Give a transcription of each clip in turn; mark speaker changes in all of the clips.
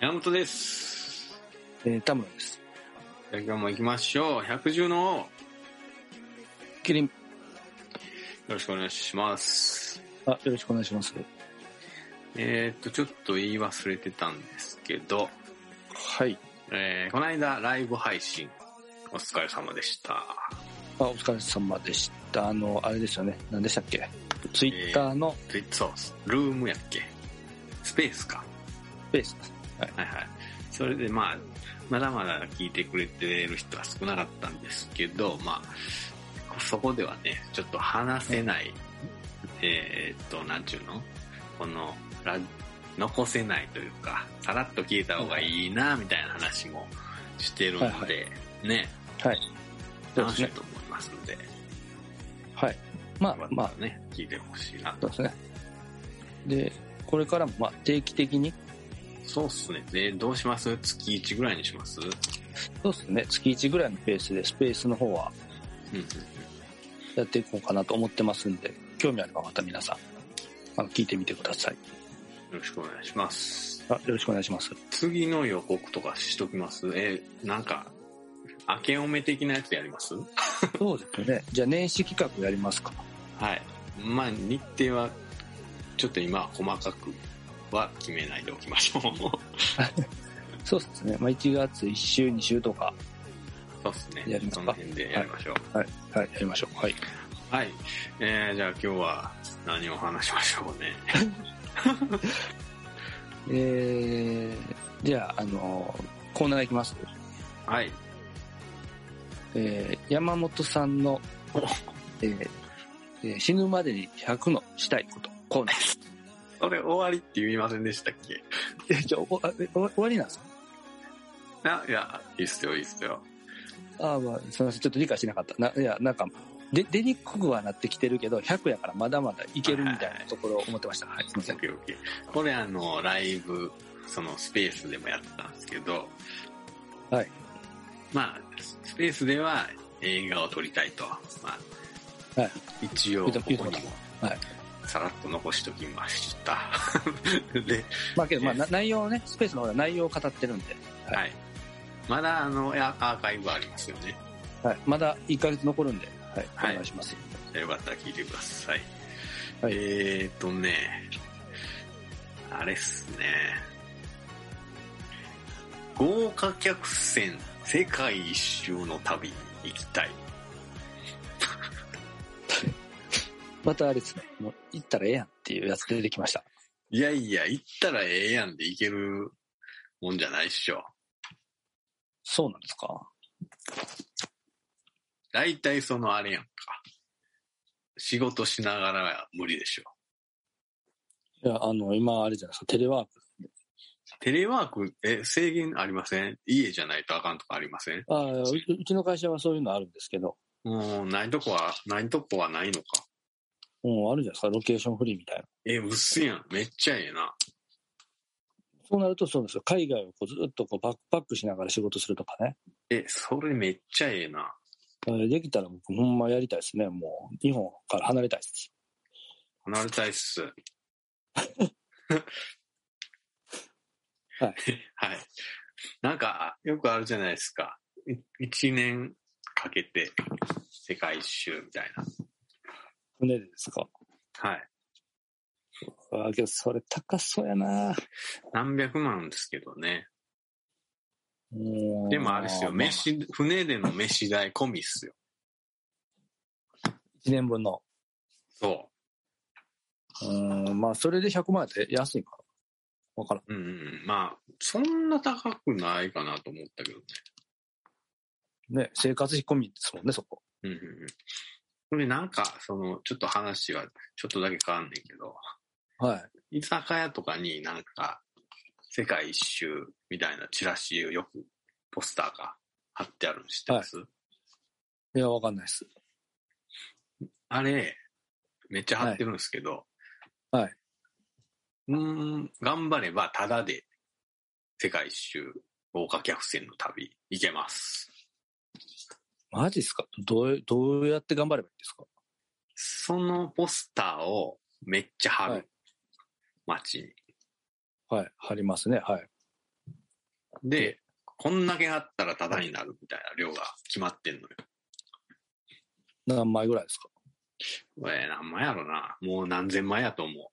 Speaker 1: 山本です。
Speaker 2: えー、田村です。
Speaker 1: じゃあ今日も行きましょう。百獣の王、よ
Speaker 2: キリン。
Speaker 1: ろしくお願いします。
Speaker 2: あ、よろしくお願いします。
Speaker 1: えー、っと、ちょっと言い忘れてたんですけど、
Speaker 2: はい。
Speaker 1: えー、この間ライブ配信、お疲れ様でした。
Speaker 2: あ、お疲れ様でした。あの、あれですよね。何でしたっけツイッターの
Speaker 1: ツイッそう、ルームやっけスペースか。
Speaker 2: ペース。
Speaker 1: はいはい。それでまあ、まだまだ聞いてくれてる人は少なかったんですけど、まあ、そこではね、ちょっと話せない、えーっと、なんちゅうのこの、ラ残せないというか、さらっと聞いた方がいいな、みたいな話もしてるんで、
Speaker 2: はいは
Speaker 1: ね、
Speaker 2: はい。そうで
Speaker 1: 楽
Speaker 2: す
Speaker 1: しい
Speaker 2: ね。
Speaker 1: と思いますので、
Speaker 2: はい。まあ
Speaker 1: よかっ、た
Speaker 2: ま
Speaker 1: ら
Speaker 2: あ、
Speaker 1: ね、聞いてほしいな
Speaker 2: そ
Speaker 1: と
Speaker 2: う。ですね。で、これからも、まあ、定期的に、
Speaker 1: そうっすね。で、どうします月1ぐらいにしますう
Speaker 2: そうですね。月1ぐらいのペースで、スペースの方は
Speaker 1: んうん。
Speaker 2: やっていこうかなと思ってますんで、興味ある方、皆さん、あの、聞いてみてください。
Speaker 1: よろしくお願いします。
Speaker 2: あ、よろしくお願いし ます。
Speaker 1: 次の予告とかしときますえなんか明けおめ的なやつやります
Speaker 2: そうですね。じゃあ、年始企画やりますか。
Speaker 1: はいまあ日程はちょっと今は細かくは決めないでおきましょう
Speaker 2: そうですね。まあ、1月1週、2週とか、
Speaker 1: そうですね
Speaker 2: やりますか
Speaker 1: その辺でやりましょう
Speaker 2: はい、やりましょう。はい。
Speaker 1: はい、えー、じゃあ今日は何を話しましょうね
Speaker 2: えー、じゃあ、あの、コーナーいきます。
Speaker 1: はい
Speaker 2: えー、山本さんの
Speaker 1: お、
Speaker 2: えーえー死ぬまでに100のしたいこと、コーナー。
Speaker 1: それ終わりって言いませんでしたっけ
Speaker 2: え、じゃあ、おあえお終わりなんですか
Speaker 1: あいやいいっすよいいっすよ
Speaker 2: ああ、まあ、すみません。ちょっと理解してなかった。な、いや、なんか、で、出にくくはなってきてるけど、100やからまだまだいけるみたいなところを思ってました。はい、す みません。
Speaker 1: OK これあのライブそのスペースでもやったんですけど
Speaker 2: はい
Speaker 1: まあスペースでは映画を撮りたいと、まあ
Speaker 2: はい
Speaker 1: 一応
Speaker 2: 言
Speaker 1: こ
Speaker 2: うと
Speaker 1: こにも
Speaker 2: 言うとはい
Speaker 1: さらっと残しときました で、
Speaker 2: まあ、けど、まあ、な内容をね、スペースの方で内容を語ってるんで、はい
Speaker 1: はい、まだあのアアーカイブありますよね
Speaker 2: はい。まだ1ヶ月残るんで、はい、
Speaker 1: はい
Speaker 2: お願いします。
Speaker 1: よかったら聞いてください。
Speaker 2: はい
Speaker 1: えーとね、あれっすね。豪華客船世界一周の旅に行きたい。
Speaker 2: またあれですね、もう行ったらええやんっていうやつ出てきました。
Speaker 1: いやいや、行ったらええやんで行けるもんじゃないっしょ。
Speaker 2: そうなんですか
Speaker 1: 大体そのあれやんか。仕事しながらは無理でしょ。
Speaker 2: いや、あの、今あれじゃないですか、テレワーク。
Speaker 1: テレワーク、え、制限ありません家じゃないとあかんとかありません
Speaker 2: ああううちの会社はそういうのあるんですけど、
Speaker 1: もう、ないとこは、ないとこはないのか。
Speaker 2: もうあるじゃないですか、ロケーションフリーみたいな。
Speaker 1: え、うっせやん。めっちゃええな。
Speaker 2: そうなるとそうですよ、海外をこうずっとこうバックパックしながら仕事するとかね。
Speaker 1: え、それめっちゃええな。
Speaker 2: あれできたら僕、ほんまやりたいですね。もう、日本から離れたいです。
Speaker 1: 離れたいっ す。はい
Speaker 2: はい。
Speaker 1: はい。なんか、よくあるじゃないですか。い一年かけて世界一周みたい
Speaker 2: 船でですか。
Speaker 1: な。はい。
Speaker 2: ああ、けどそれ高そうやな
Speaker 1: 何百万ですけどね。
Speaker 2: うん
Speaker 1: でもあれですよ、
Speaker 2: まあ
Speaker 1: 飯、船での飯代込みっすよ。
Speaker 2: 一年分の。
Speaker 1: そ
Speaker 2: うん、まあ、それで100万やって安いかな。わからん。
Speaker 1: う。うんうんうん。まあ、そんな高くないかなと思ったけどね。
Speaker 2: ね、生活費込みですもんね、そこ。
Speaker 1: うんうんうん。これなんか、その、ちょっと話はちょっとだけ変わんねんけど、
Speaker 2: はい。
Speaker 1: 居酒屋とかになんか、世界一周みたいなチラシをよく、ポスターが貼ってあるの知ってます、
Speaker 2: いや、わかんないです。
Speaker 1: あれ、めっちゃ貼ってるんですけど、
Speaker 2: はいはいう
Speaker 1: ーん、頑張ればタダで世界一周豪華客船の旅行けます。
Speaker 2: マジっすかどう、どうやって頑張ればいいんですか
Speaker 1: そのポスターをめっちゃ貼る。
Speaker 2: はい
Speaker 1: 街に。
Speaker 2: はい、貼りますね、はい。
Speaker 1: で、こんだけあったらタダになるみたいな量が決まってんのよ。
Speaker 2: 何枚ぐらいですか
Speaker 1: これ何枚やろな。もう何千枚やと思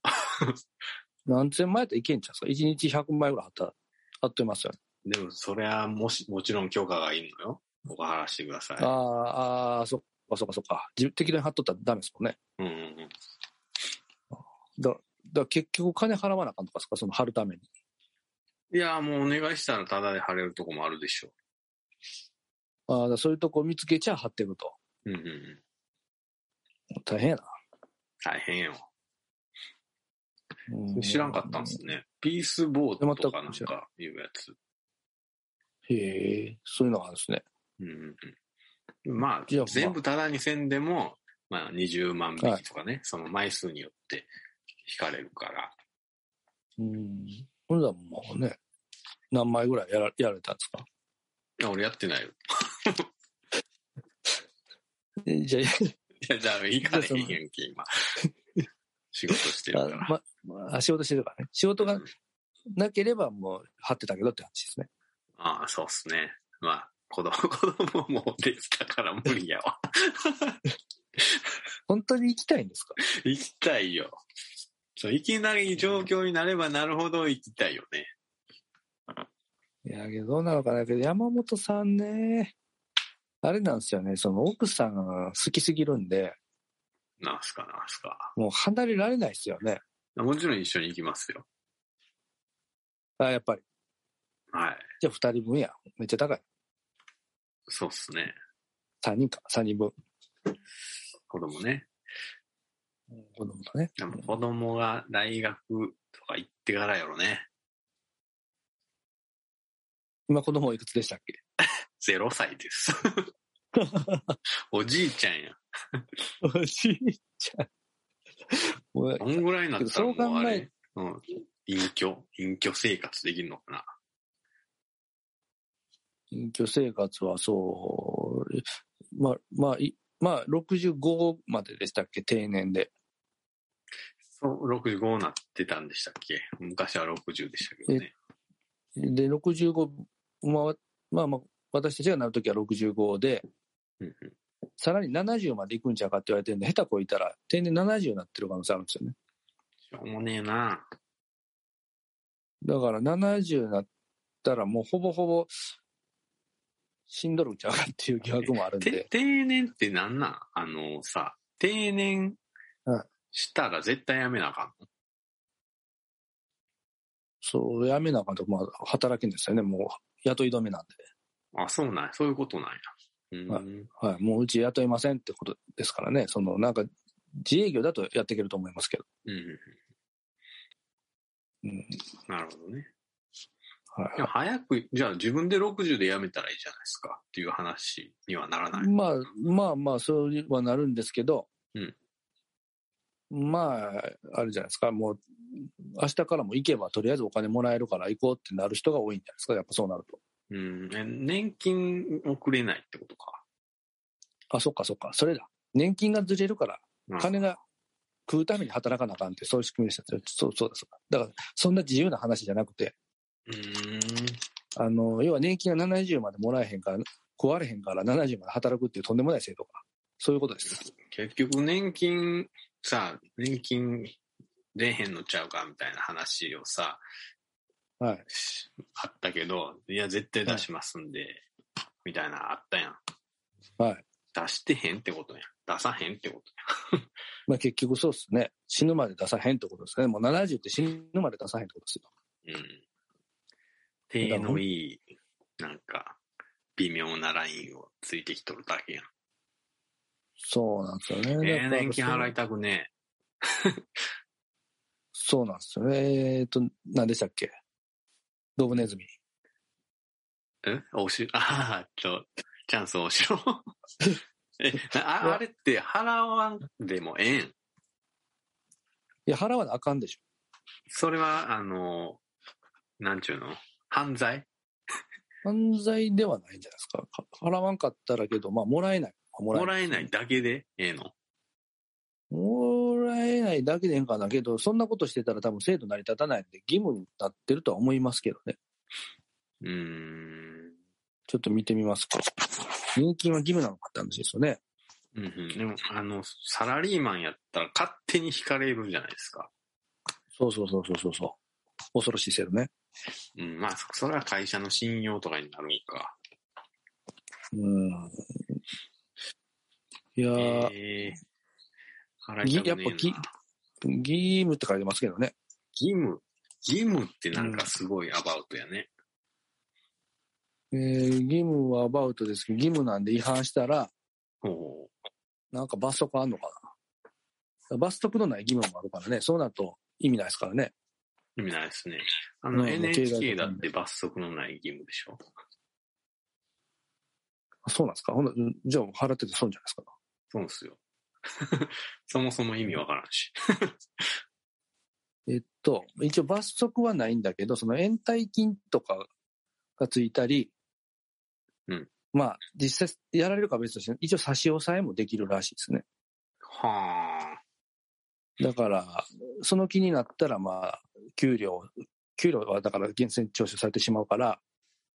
Speaker 1: う。
Speaker 2: 何千枚やったらいけんちゃうんですか ?1 日100枚ぐらいあったら、あっというますよね。
Speaker 1: でも、それはもし、もちろん許可がいるのよ。僕は払わしてください。
Speaker 2: ああ、ああ、そっかそっかそっか。自適当に貼っとったらダメですもんね。
Speaker 1: うんうんうん。
Speaker 2: だ、だから結局金払わなあかんとかですかその貼るために。
Speaker 1: いや、もうお願いしたらタダで貼れるとこもあるでしょ
Speaker 2: ああ、だからそういうとこ見つけちゃ貼っていくと。
Speaker 1: う。うんうんうん。
Speaker 2: 大変やな。
Speaker 1: 大変よ。
Speaker 2: う
Speaker 1: 知らんかったんですね。ピースボートとかなん
Speaker 2: 全く知ら
Speaker 1: かいうやつ。
Speaker 2: へえ、そういうのがあるんですね。
Speaker 1: うんうんうん。ま
Speaker 2: いや
Speaker 1: あ、全部タダにせんでも、まあ20万匹とかね、その枚数によって引かれるから。
Speaker 2: うん。ほんならもうね、何枚ぐらいやらやられたんですか
Speaker 1: いや、俺やってないよ。
Speaker 2: えじゃあ
Speaker 1: いや、 じゃあ、いかれへんやんけ、 今。仕事してるか
Speaker 2: あ
Speaker 1: ら。
Speaker 2: ままあ、仕事してるからね。仕事がなければもう貼ってたけどって話ですね。
Speaker 1: ああ、そうっすね。まあ、子供、 子供もできたから無理やわ。
Speaker 2: 本当に行きたいんですか
Speaker 1: 行きたいよ。そう、いきなり状況になればなるほど行きたいよね。
Speaker 2: いや、けどどうなのかなけど、山本さんね、あれなんですよね、その奥さんが好きすぎるんで、
Speaker 1: なんすか、なんすか。
Speaker 2: もう離れられないですよね。
Speaker 1: もちろん一緒に行きますよ。
Speaker 2: あ、やっぱり。
Speaker 1: はい。
Speaker 2: じゃあ二人分や。めっちゃ高い。
Speaker 1: そうっすね。
Speaker 2: 三人か、三人分。
Speaker 1: 子供ね。
Speaker 2: 子供とね。
Speaker 1: でも子供が大学とか行ってからやろね。
Speaker 2: 今子供おいくつでしたっけ
Speaker 1: 0歳 です。おじいちゃんや。
Speaker 2: おじいちゃん。 もう
Speaker 1: どんぐらいになったら
Speaker 2: けどそう
Speaker 1: もう
Speaker 2: 考
Speaker 1: あ
Speaker 2: え
Speaker 1: れ、うん、隠居、隠居生活できるのかな。
Speaker 2: 隠居生活はそう、まあ、まあ、いまあ、65まででしたっけ定年で。
Speaker 1: そう、65なってたんでしたっけ昔は60でしたけどね。
Speaker 2: で、65、まあ、まあまあ、私たちがなるときは65で、
Speaker 1: うんうん
Speaker 2: さらに70まで行くんちゃうかって言われてるんで、下手こいたら定年70になってる可能性あるんですよね。
Speaker 1: しょうもねえな。
Speaker 2: だから70になったらもうほぼほぼ、しんどるんちゃうかっていう疑惑もあるん
Speaker 1: て
Speaker 2: で、
Speaker 1: 定年ってなんなんあのさ、定年
Speaker 2: うん
Speaker 1: したら絶対やめなあかんの
Speaker 2: そう、やめなあかんと、まあ、働けんですよね。もう、雇い止めなん
Speaker 1: あ、そうなんや。そういうことなんや。うん。
Speaker 2: はで。はい、もううち雇いませんってことですからね。その、なんか、自営業だとやっていけると思いますけど。
Speaker 1: うんうん
Speaker 2: うん。
Speaker 1: なるほどね。
Speaker 2: はい
Speaker 1: でも早く、じゃあ自分で60でやめたらいいじゃないですかっていう話にはならない。
Speaker 2: まあまあまあ、そうはなるんですけど、
Speaker 1: うん
Speaker 2: まあ、あるじゃないですか、もう、明日からも行けば、とりあえずお金もらえるから行こうってなる人が多いんじゃないですか、やっぱそうなると。
Speaker 1: うん。え年金をくれないってことか。
Speaker 2: あ、そっかそっか、それだ。年金がずれるから、
Speaker 1: うん
Speaker 2: 金が食うために働かなあかんって、そういう仕組みでした。そうそうです。だから、そんな自由な話じゃなくて、
Speaker 1: うーん。
Speaker 2: あの、要は年金が70までもらえへんから、食われへんから70まで働くっていうとんでもない制度が。そういうことです。
Speaker 1: 結局年金さ年金出へんのちゃうかみたいな話をさ
Speaker 2: はい。
Speaker 1: しあったけどいや絶対出しますんで、みたいなあったやん
Speaker 2: はい。
Speaker 1: 出してへんってことやん出さへんってこと
Speaker 2: まあ、結局そうですね。死ぬまで出さへんってことですね。もう70って死ぬまで出さへんってことですよ。
Speaker 1: やんうん手のいいなんか微妙なラインをついてきとるだけやん
Speaker 2: そうなんですよね。
Speaker 1: ええ
Speaker 2: だから
Speaker 1: 年金払いたくね
Speaker 2: そうなんですよね。えっと、何でしたっけドブネズミ。
Speaker 1: ええおし ああちょチャンスおしろ えああれって払わんでもええん
Speaker 2: いや、払わなあかんでし
Speaker 1: それは、あの、なんちゅうの犯罪
Speaker 2: ょ。犯罪ではないんじゃないですか。か払わんかったらけど、まあ、もらえない。も
Speaker 1: もらえない。だけでええの
Speaker 2: もらえないだけでええんかなけど、そんなことしてたら多分制度成り立たないんで、義務になってるとは思いますけどね。
Speaker 1: うーん。
Speaker 2: ちょっと見てみますか。年金は義務なのかって話ですよね。
Speaker 1: うんうん、でも、あの、サラリーマンやったら勝手に引かれるじゃないですか。
Speaker 2: そうそうそうそうそうそう。恐ろしい制度ね。
Speaker 1: うん、まあ、そそれは会社の信用とかになるんか。
Speaker 2: うん。いやー、
Speaker 1: ええ払いたくねえな
Speaker 2: ぎやっぱぎ義務って書いてますけどね。
Speaker 1: 義務。義務ってなんかすごいアバウトやね。
Speaker 2: えー義務はアバウトですけど、義務なんで違反したら、
Speaker 1: ほ
Speaker 2: なんか罰則あんのかな。罰則のない義務もあるからね、そうなると意味ないですからね。
Speaker 1: う。意味ないですね。あ
Speaker 2: う
Speaker 1: の、
Speaker 2: ん
Speaker 1: NHK だって罰則のない義務でしょ。
Speaker 2: あそうなんですかほんなうんじゃあ払ってて損じゃないですか。
Speaker 1: そうですよ。 そもそも意味わからんし。
Speaker 2: えっと、一応罰則はないんだけど、その延滞金とかがついたり、
Speaker 1: うん
Speaker 2: まあ、実際やられるかは別として、一応差し押さえもできるらしいですね。
Speaker 1: はあ。
Speaker 2: だから、その気になったら、まあ、給料、給料はだから源泉徴収されてしまうから、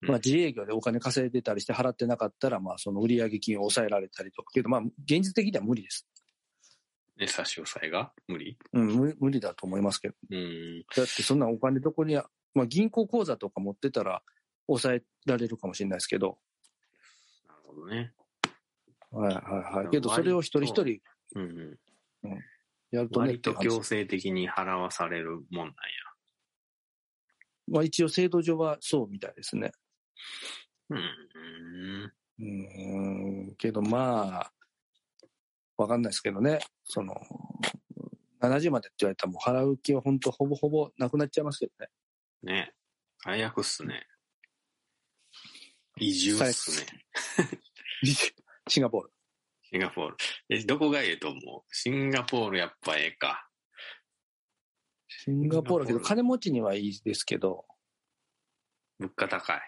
Speaker 1: うん
Speaker 2: まあ、自営業でお金稼いでたりして払ってなかったら、まあ、その売上金を抑えられたりとか、けど、まあ、現実的には無理です。
Speaker 1: ね、差し押さえが無理
Speaker 2: うん、無無理だと思いますけど。
Speaker 1: うーん。
Speaker 2: だってそんなお金どこにあ、まあ、銀行口座とか持ってたら抑えられるかもしれないですけど、
Speaker 1: なるほどね。
Speaker 2: はいはいはい。
Speaker 1: 割と
Speaker 2: けどそれを一人一人
Speaker 1: うんうん。
Speaker 2: やるとねっ
Speaker 1: 割
Speaker 2: てい
Speaker 1: と
Speaker 2: う話
Speaker 1: 強制的に払わされるもんなんや。
Speaker 2: まあ一応制度上はそうみたいですね。
Speaker 1: うん。
Speaker 2: うーん、けどまあ、わかんないですけどね、その、70までって言われたらもう払う気は本当ほぼほぼなくなっちゃいますけどね。
Speaker 1: ね。最悪っすね。移住っすね。
Speaker 2: シンガポール。
Speaker 1: シンガポール。え、どこがええと思うシンガポールやっぱええか。
Speaker 2: シンガポールだけど
Speaker 1: シンガポー
Speaker 2: 金持ちにはいいですけど、
Speaker 1: 物価高い。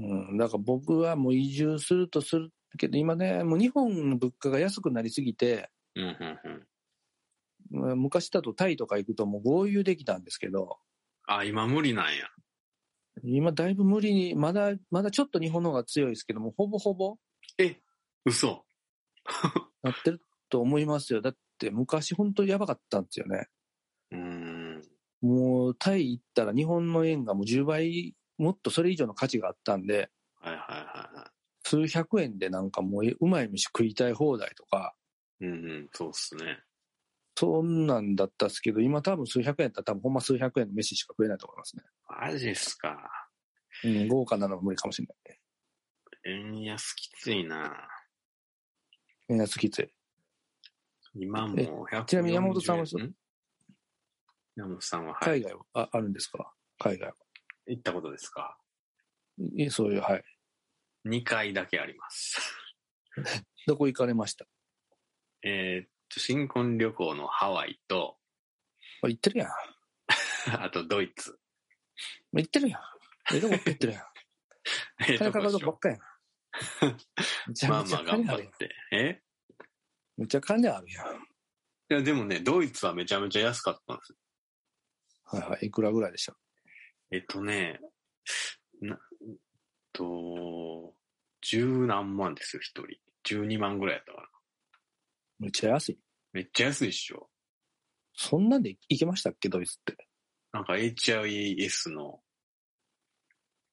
Speaker 2: うん、だから僕はもう移住するとするけど、今ね、もう日本の物価が安くなりすぎて、
Speaker 1: うんうんうん。
Speaker 2: まあ昔だとタイとか行くともう合流できたんですけど、
Speaker 1: あ、今無理なんや。
Speaker 2: 今だいぶ無理に、まだ、まだちょっと日本の方が強いですけども、ほぼほぼ
Speaker 1: え、嘘。
Speaker 2: なってると思いますよ。だって昔本当にやばかったんですよね。
Speaker 1: うーん。
Speaker 2: もうタイ行ったら日本の円がもう10倍、もっとそれ以上の価値があったんで、
Speaker 1: はいはいはいは
Speaker 2: 数百円でなんかもううまい飯食いたい放題とか、
Speaker 1: い。うんうん、そうっすね。
Speaker 2: そんなんだったっすけど、今多分数百円だったら多分ほんま数百円の飯しか食えないと思いますね。
Speaker 1: マジっすか。
Speaker 2: うん、豪華なのは無理かもしれない。
Speaker 1: 円安きついな。
Speaker 2: 円安きつい。
Speaker 1: 今も140
Speaker 2: ちなみに山本さんは
Speaker 1: ん山本さんは、はい、
Speaker 2: 海外は、ああるんですか海外は。
Speaker 1: 行ったことですか
Speaker 2: えそういう、はい。
Speaker 1: ?2 回だけあります。
Speaker 2: どこ行かれました
Speaker 1: えーっと、新婚旅行のハワイと、
Speaker 2: あ行ってるやん。
Speaker 1: あとドイツ。
Speaker 2: 行ってるやん。ええとこ行ってるやん。
Speaker 1: えー
Speaker 2: 金かかるとこばっかや ん。めち
Speaker 1: ま
Speaker 2: ゃ
Speaker 1: あ
Speaker 2: めち
Speaker 1: ま
Speaker 2: ゃ
Speaker 1: あ頑
Speaker 2: 金
Speaker 1: 張
Speaker 2: あ
Speaker 1: っ
Speaker 2: るやん。
Speaker 1: て。え
Speaker 2: めちゃ金あるやん。
Speaker 1: いや、でもね、ドイツはめちゃめちゃ安かったんですよ。
Speaker 2: はいはい。いくらぐらいでした
Speaker 1: えっとね、な、えっと、十何万ですよ、一人。十二万ぐらいやったから。
Speaker 2: めっちゃ安い。
Speaker 1: めっちゃ安いっしょ。
Speaker 2: そんなんで行けましたっけドイツって。
Speaker 1: なんか HIS の、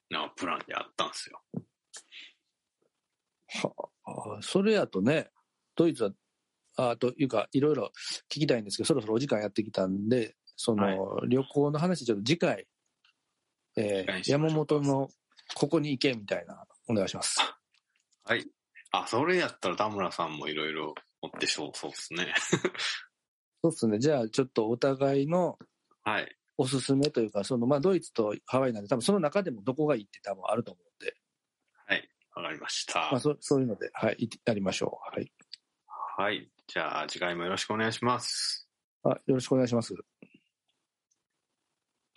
Speaker 1: なんかプランであったんですよ。
Speaker 2: はあ、それやとね、ドイツは、あというか、いろいろ聞きたいんですけど、そろそろお時間やってきたんで、その、旅行の話、ちょっと次回、え
Speaker 1: 次回にしま
Speaker 2: ー、
Speaker 1: しょう
Speaker 2: 山本のここに行けみたいな、お願いします。
Speaker 1: はい。あ、それやったら田村さんもいろいろ持ってそう、そうっすね。
Speaker 2: そうですね。じゃあ、ちょっとお互いの
Speaker 1: はい。
Speaker 2: おすすめというか、その、まあ、ドイツとハワイなんで、多分その中でもどこがいいって多分あると思うんで、
Speaker 1: はい。わかりました。
Speaker 2: まあ、そそういうので、はい、いやりましょう。はい。
Speaker 1: はい。じゃあ、次回もよろしくお願いします。
Speaker 2: あよろしくお願いします。